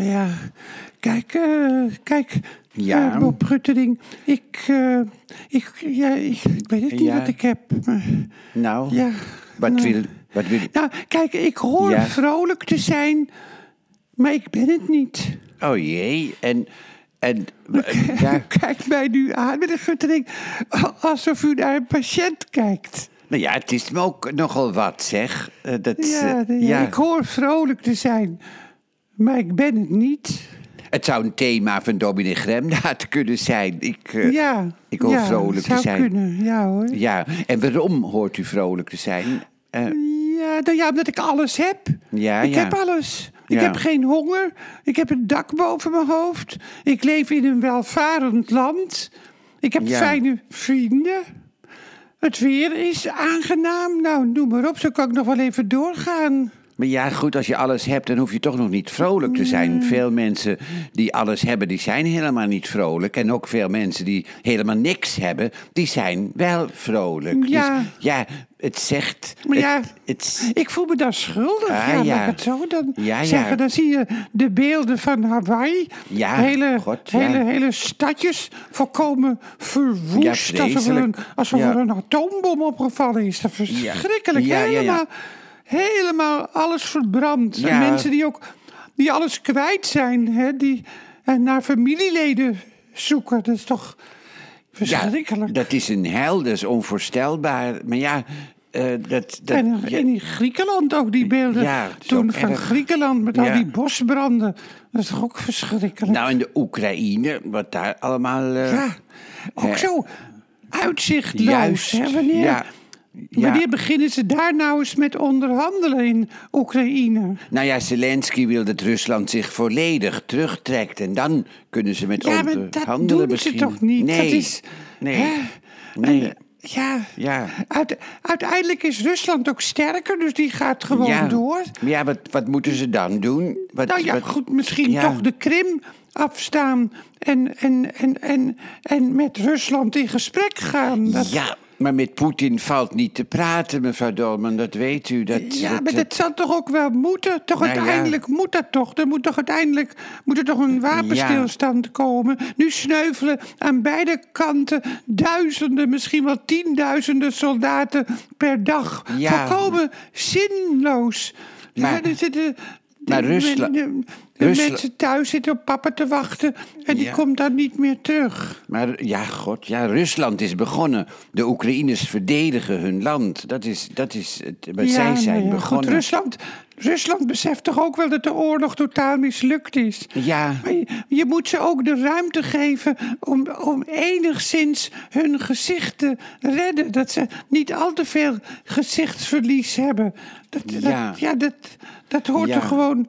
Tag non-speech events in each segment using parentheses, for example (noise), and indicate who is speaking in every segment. Speaker 1: ja, kijk, eh, kijk.
Speaker 2: Ja.
Speaker 1: eh, Bob Rutterding, ik, eh, ik, ja, ik, ik weet het niet
Speaker 2: Ja.
Speaker 1: wat ik heb. maar-
Speaker 2: Nou,
Speaker 1: ja.
Speaker 2: wat,
Speaker 1: nou.
Speaker 2: Wil, wat wil...
Speaker 1: Nou, kijk, ik hoor
Speaker 2: Ja.
Speaker 1: vrolijk te zijn, maar ik ben het niet.
Speaker 2: Oh jee, en...
Speaker 1: (laughs)
Speaker 2: en ja,
Speaker 1: Kijk mij nu aan, meneer Guttering, alsof u naar een patiënt kijkt.
Speaker 2: nou ja, het is me ook nogal wat, zeg. Eh, dat,
Speaker 1: Ja,
Speaker 2: eh,
Speaker 1: de- ja, ik hoor vrolijk te zijn, maar ik ben het niet.
Speaker 2: Het zou een thema van Dominic Gremdaad kunnen zijn. Ik, eh,
Speaker 1: Ja,
Speaker 2: ik hoor
Speaker 1: ja,
Speaker 2: vrolijk te
Speaker 1: zou
Speaker 2: zijn.
Speaker 1: kunnen, ja hoor.
Speaker 2: Ja, en waarom hoort u vrolijk te zijn? Eh,
Speaker 1: Ja, nou ja, omdat ik alles heb.
Speaker 2: Ja,
Speaker 1: ik
Speaker 2: ja.
Speaker 1: heb alles. Ik
Speaker 2: Ja.
Speaker 1: heb geen honger. Ik heb een dak boven mijn hoofd. Ik leef in een welvarend land. Ik heb
Speaker 2: Ja.
Speaker 1: fijne vrienden. Het weer is aangenaam. Nou, noem maar op. Zo kan ik nog wel even doorgaan.
Speaker 2: maar ja, goed, als je alles hebt, dan hoef je toch nog niet vrolijk te zijn. Veel mensen die alles hebben, die zijn helemaal niet vrolijk. En ook veel mensen die helemaal niks hebben, die zijn wel vrolijk.
Speaker 1: Ja.
Speaker 2: Dus, ja, het zegt...
Speaker 1: Maar
Speaker 2: het-
Speaker 1: ja.
Speaker 2: het,
Speaker 1: Ik voel me dan schuldig.
Speaker 2: Ah,
Speaker 1: ja, laat
Speaker 2: ja.
Speaker 1: ik het zo dan
Speaker 2: Ja, ja.
Speaker 1: zeggen. Dan zie je de beelden van Hawaii.
Speaker 2: Ja,
Speaker 1: hele,
Speaker 2: God, ja.
Speaker 1: hele, hele stadjes volkomen verwoest.
Speaker 2: Ja,
Speaker 1: alsof er een,
Speaker 2: vreselijk.
Speaker 1: alsof
Speaker 2: Ja.
Speaker 1: er een atoombom opgevallen is. Dat is
Speaker 2: Ja.
Speaker 1: verschrikkelijk.
Speaker 2: Ja, ja, ja.
Speaker 1: helemaal, helemaal alles verbrand. En
Speaker 2: Ja.
Speaker 1: mensen die ook die alles kwijt zijn. Hè, die eh, naar familieleden zoeken. Dat is toch verschrikkelijk.
Speaker 2: dat is een hel, dat is onvoorstelbaar. Maar ja, eh, dat... dat
Speaker 1: En
Speaker 2: ja,
Speaker 1: in in Griekenland ook die beelden.
Speaker 2: Ja, het is
Speaker 1: Toen
Speaker 2: ook
Speaker 1: van
Speaker 2: erg.
Speaker 1: Griekenland met al
Speaker 2: Ja.
Speaker 1: die bosbranden. Dat is toch ook verschrikkelijk.
Speaker 2: Nou, in de Oekraïne, wat daar allemaal... eh,
Speaker 1: ja, ook
Speaker 2: eh,
Speaker 1: zo uitzichtloos.
Speaker 2: Juist.
Speaker 1: Hè? Wanneer,
Speaker 2: Ja. Ja.
Speaker 1: wanneer beginnen ze daar nou eens met onderhandelen in Oekraïne?
Speaker 2: Nou ja, Zelensky wil dat Rusland zich volledig terugtrekt. En dan kunnen ze met
Speaker 1: Ja,
Speaker 2: ons
Speaker 1: maar dat
Speaker 2: handelen
Speaker 1: doen
Speaker 2: misschien.
Speaker 1: ze toch niet?
Speaker 2: Nee.
Speaker 1: Dat is,
Speaker 2: Nee.
Speaker 1: hè?
Speaker 2: Nee.
Speaker 1: En, eh, ja.
Speaker 2: Ja.
Speaker 1: Uite- uiteindelijk is Rusland ook sterker, dus die gaat gewoon
Speaker 2: ja.
Speaker 1: door.
Speaker 2: Maar ja, wat, wat moeten ze dan doen? Wat,
Speaker 1: Nou ja,
Speaker 2: wat-
Speaker 1: goed, misschien
Speaker 2: ja.
Speaker 1: toch de Krim afstaan en, en, en, en, en met Rusland in gesprek gaan. Dat-
Speaker 2: Ja, maar met Poetin valt niet te praten, mevrouw Dolman. Dat weet u. Dat,
Speaker 1: ja,
Speaker 2: dat-
Speaker 1: maar dat zal toch ook wel moeten? Toch
Speaker 2: Nou ja.
Speaker 1: uiteindelijk moet dat toch? Er moet toch uiteindelijk moet er toch een wapenstilstand komen? Nu sneuvelen aan beide kanten duizenden, misschien wel tienduizenden soldaten per dag.
Speaker 2: Ja.
Speaker 1: Volkomen zinloos.
Speaker 2: Maar-
Speaker 1: Ja, er zitten-
Speaker 2: maar
Speaker 1: de-
Speaker 2: Rusla-
Speaker 1: de- de
Speaker 2: Rusla-
Speaker 1: mensen thuis zitten op papa te wachten en die
Speaker 2: Ja.
Speaker 1: komt dan niet meer terug.
Speaker 2: Maar ja, god, ja, Rusland is begonnen. De Oekraïners verdedigen hun land. Dat is, dat is het. Maar
Speaker 1: Ja,
Speaker 2: zij zijn
Speaker 1: nou ja,
Speaker 2: begonnen.
Speaker 1: Goed, Rusland, Rusland beseft toch ook wel dat de oorlog totaal mislukt is.
Speaker 2: Ja.
Speaker 1: Maar je, je moet ze ook de ruimte geven om, om enigszins hun gezicht te redden. Dat ze niet al te veel gezichtsverlies hebben. Dat,
Speaker 2: Ja.
Speaker 1: Dat, ja, dat, dat hoort
Speaker 2: Ja.
Speaker 1: er gewoon...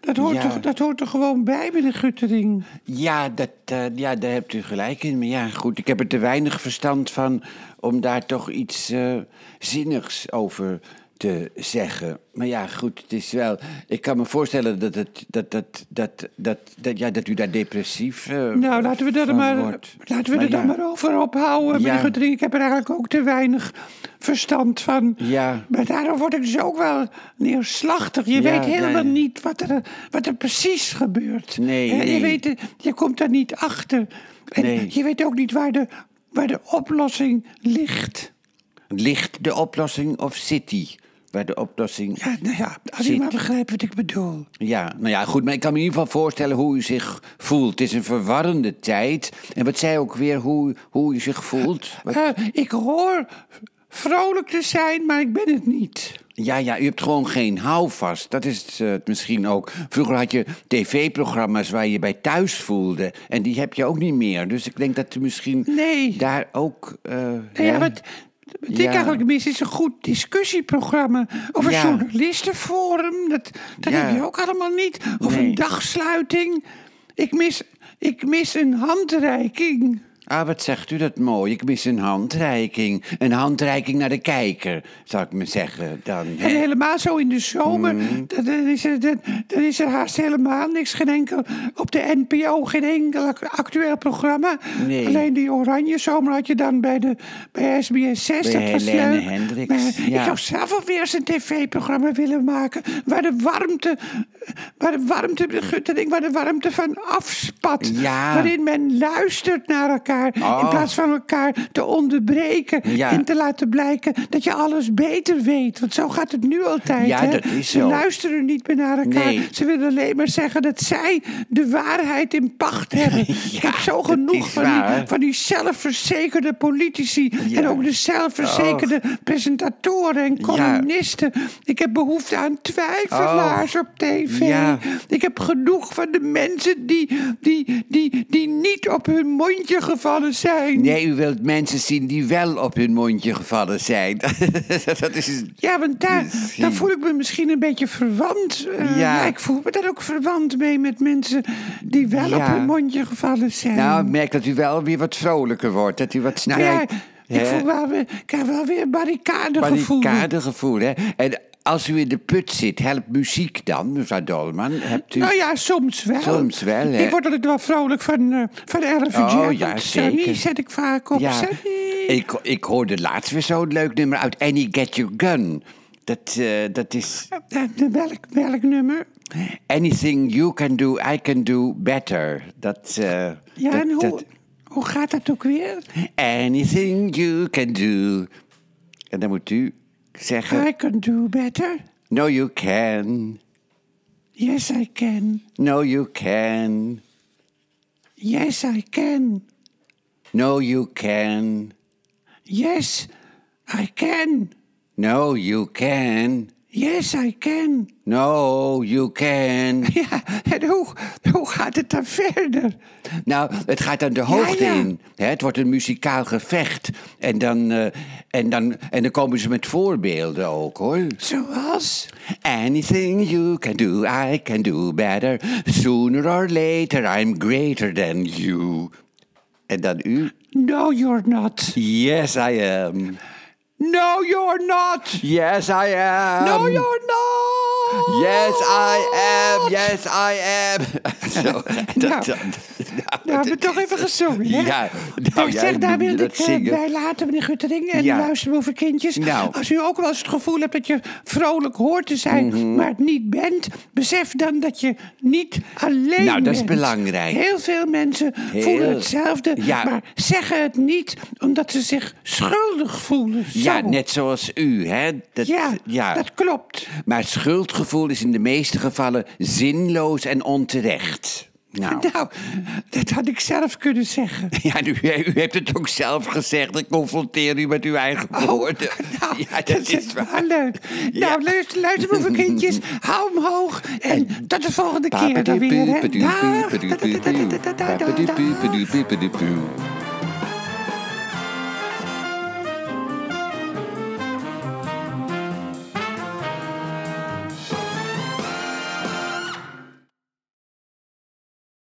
Speaker 1: Dat hoort,
Speaker 2: Ja.
Speaker 1: er, dat hoort er gewoon bij, meneer Guttering.
Speaker 2: Ja, dat, eh, ja, daar hebt u gelijk in. Maar ja, goed, ik heb er te weinig verstand van om daar toch iets eh, zinnigs over te zeggen. Maar ja, goed, het is wel. Ik kan me voorstellen dat, het, dat, dat, dat, dat, dat, ja, dat u daar depressief. eh,
Speaker 1: Nou, laten we dat er
Speaker 2: van
Speaker 1: maar,
Speaker 2: wordt.
Speaker 1: laten we er
Speaker 2: ja.
Speaker 1: dan maar over ophouden, meneer
Speaker 2: Ja.
Speaker 1: Guttering. Ik heb er eigenlijk ook te weinig verstand van.
Speaker 2: Ja.
Speaker 1: Maar daardoor word ik dus ook wel neerslachtig. Je
Speaker 2: Ja,
Speaker 1: weet helemaal
Speaker 2: ja.
Speaker 1: niet wat er, wat er precies gebeurt.
Speaker 2: Nee,
Speaker 1: Hè, Je,
Speaker 2: nee.
Speaker 1: weet, het- je komt daar niet achter. En
Speaker 2: Nee.
Speaker 1: je weet ook niet waar de, waar de oplossing ligt.
Speaker 2: Ligt de oplossing of zit die? Waar de oplossing.
Speaker 1: Ja, nou ja, als u
Speaker 2: Zit.
Speaker 1: maar begrijpt wat ik bedoel.
Speaker 2: Ja, nou ja, goed, maar ik kan me in ieder geval voorstellen hoe u zich voelt. Het is een verwarrende tijd. En wat zei ook weer hoe, hoe u zich voelt? Wat-
Speaker 1: Eh, ik hoor vrolijk te zijn, maar ik ben het niet.
Speaker 2: Ja, ja, u hebt gewoon geen houvast. Dat is het, eh, het misschien ook. Vroeger had je tv-programma's waar je bij thuis voelde. En die heb je ook niet meer. Dus ik denk dat u misschien
Speaker 1: Nee.
Speaker 2: daar ook... eh,
Speaker 1: Nou ja,
Speaker 2: hè?
Speaker 1: wat, wat ik
Speaker 2: Ja.
Speaker 1: eigenlijk mis is een goed discussieprogramma. Of een
Speaker 2: Ja.
Speaker 1: journalistenforum. Dat, dat
Speaker 2: Ja.
Speaker 1: heb je ook allemaal niet. Of
Speaker 2: Nee.
Speaker 1: een dagsluiting. Ik mis, ik mis een handreiking.
Speaker 2: Ah, wat zegt u dat mooi. Ik mis een handreiking. Een handreiking naar de kijker, zou ik me zeggen dan.
Speaker 1: En
Speaker 2: hè? Mm.
Speaker 1: helemaal zo in de zomer, dan, dan is er, dan, dan is er haast helemaal niks. Geen enkel, op de NPO geen enkel ac- actueel programma.
Speaker 2: Nee.
Speaker 1: Alleen die oranje zomer had je dan bij, de, bij SBS 6.
Speaker 2: Bij
Speaker 1: dat was
Speaker 2: Helene
Speaker 1: leuk.
Speaker 2: Hendricks,
Speaker 1: Maar
Speaker 2: ja.
Speaker 1: Ik zou zelf alweer eens een tv-programma willen maken... waar de warmte, waar de warmte, dat ik- waar de warmte van afspat.
Speaker 2: Ja.
Speaker 1: Waarin men luistert naar elkaar... in
Speaker 2: Oh.
Speaker 1: plaats van elkaar te onderbreken...
Speaker 2: Ja.
Speaker 1: en te laten blijken dat je alles beter weet. Want zo gaat het nu altijd.
Speaker 2: Ja,
Speaker 1: hè?
Speaker 2: dat is
Speaker 1: Ze
Speaker 2: zo.
Speaker 1: luisteren niet meer naar elkaar.
Speaker 2: Nee.
Speaker 1: Ze willen alleen maar zeggen dat zij de waarheid in pacht
Speaker 2: (laughs)
Speaker 1: hebben. Ik heb zo genoeg
Speaker 2: is
Speaker 1: van,
Speaker 2: waar.
Speaker 1: die, van die zelfverzekerde politici.
Speaker 2: Ja.
Speaker 1: En ook de zelfverzekerde presentatoren en columnisten. Ik heb behoefte aan twijfelaars op tv.
Speaker 2: Ja.
Speaker 1: Ik heb genoeg van de mensen die, die, die, die niet op hun mondje gevallen zijn.
Speaker 2: Nee, u wilt mensen zien die wel op hun mondje gevallen zijn. (laughs) dat is...
Speaker 1: Ja, want daar,
Speaker 2: Misschien.
Speaker 1: daar voel ik me misschien een beetje verwant. eh,
Speaker 2: Ja.
Speaker 1: ja. Ik voel me daar ook verwant mee met mensen die wel op
Speaker 2: Ja.
Speaker 1: hun mondje gevallen zijn.
Speaker 2: Nou, ik merk dat u wel weer wat vrolijker wordt. Dat u wat
Speaker 1: Maar ja,
Speaker 2: snijdt.
Speaker 1: ik, voel wel weer, ik heb wel weer barricadegevoel.
Speaker 2: Barricadegevoel, hè? En als u in de put zit, helpt muziek dan, mevrouw Dolman? Hebt u...
Speaker 1: Nou ja, soms wel.
Speaker 2: Soms wel, hè?
Speaker 1: Ik word altijd wel vrolijk van, eh van Elvin
Speaker 2: Oh,
Speaker 1: Jack.
Speaker 2: ja,
Speaker 1: Ook Sunny
Speaker 2: zeker.
Speaker 1: eh, zet ik vaak op.
Speaker 2: Ja,
Speaker 1: Sunny.
Speaker 2: ik, ik hoorde laatst weer zo'n leuk nummer uit Annie Get Your Gun. Dat, eh, dat is
Speaker 1: Eh, eh, welk, welk nummer?
Speaker 2: Anything You Can Do, I Can Do Better. Dat, eh,
Speaker 1: Ja,
Speaker 2: dat-
Speaker 1: en hoe,
Speaker 2: dat- Eh,
Speaker 1: hoe gaat dat ook weer?
Speaker 2: anything You Can Do. En dan moet u zeggen,
Speaker 1: I can do better.
Speaker 2: No You Can,
Speaker 1: Yes, I can.
Speaker 2: No You Can,
Speaker 1: Yes, I can.
Speaker 2: No You Can,
Speaker 1: Yes, I can.
Speaker 2: No You Can,
Speaker 1: Yes, I can.
Speaker 2: No You Can.
Speaker 1: (laughs) Ja, en hoe, hoe gaat het dan verder?
Speaker 2: Nou, het gaat dan de hoogte
Speaker 1: ja.
Speaker 2: in. Hè, het wordt een muzikaal gevecht. En dan, eh, en, dan, en dan komen ze met voorbeelden ook, hoor.
Speaker 1: Zoals?
Speaker 2: Anything you can do, I can do better. Sooner or later, I'm greater than you. En dan u.
Speaker 1: No, you're not.
Speaker 2: Yes, I am.
Speaker 1: No, you're not.
Speaker 2: Yes, I am.
Speaker 1: No, you're not. Nou,
Speaker 2: Yes, I am. Yes, I am. Zo.
Speaker 1: Nou,
Speaker 2: dat- dat-
Speaker 1: Nou, hebben we toch even gezongen, hè?
Speaker 2: Ja, nou,
Speaker 1: Nou,
Speaker 2: jij
Speaker 1: zeg, daar
Speaker 2: noemde
Speaker 1: wilde
Speaker 2: dat
Speaker 1: ik eh,
Speaker 2: zingen.
Speaker 1: bij laten, meneer Guttering. En
Speaker 2: Ja.
Speaker 1: luisterboeven kindjes.
Speaker 2: Nou.
Speaker 1: Als u ook wel eens het gevoel hebt dat je vrolijk hoort te zijn,
Speaker 2: Mhm.
Speaker 1: maar het niet bent, besef dan dat je niet alleen bent.
Speaker 2: Nou, dat is belangrijk.
Speaker 1: Heel veel mensen
Speaker 2: Heel.
Speaker 1: voelen hetzelfde,
Speaker 2: Ja.
Speaker 1: maar zeggen het niet omdat ze zich schuldig voelen. Zo.
Speaker 2: ja, net zoals u, hè? Dat,
Speaker 1: Ja, dat klopt.
Speaker 2: Maar schuldgevoel is in de meeste gevallen zinloos en onterecht. Nou,
Speaker 1: (laughs) Nou, dat had ik zelf kunnen zeggen.
Speaker 2: ja, u, u hebt het ook zelf gezegd. Ik confronteer u met uw eigen woorden.
Speaker 1: Nou,
Speaker 2: (laughs) ja, dat, is waar.
Speaker 1: wel leuk.
Speaker 2: Ja.
Speaker 1: Nou, luister, luister maar
Speaker 2: (laughs)
Speaker 1: voor kindjes. Hou hem hoog. En tot de volgende keer dan weer. Hè. Dag.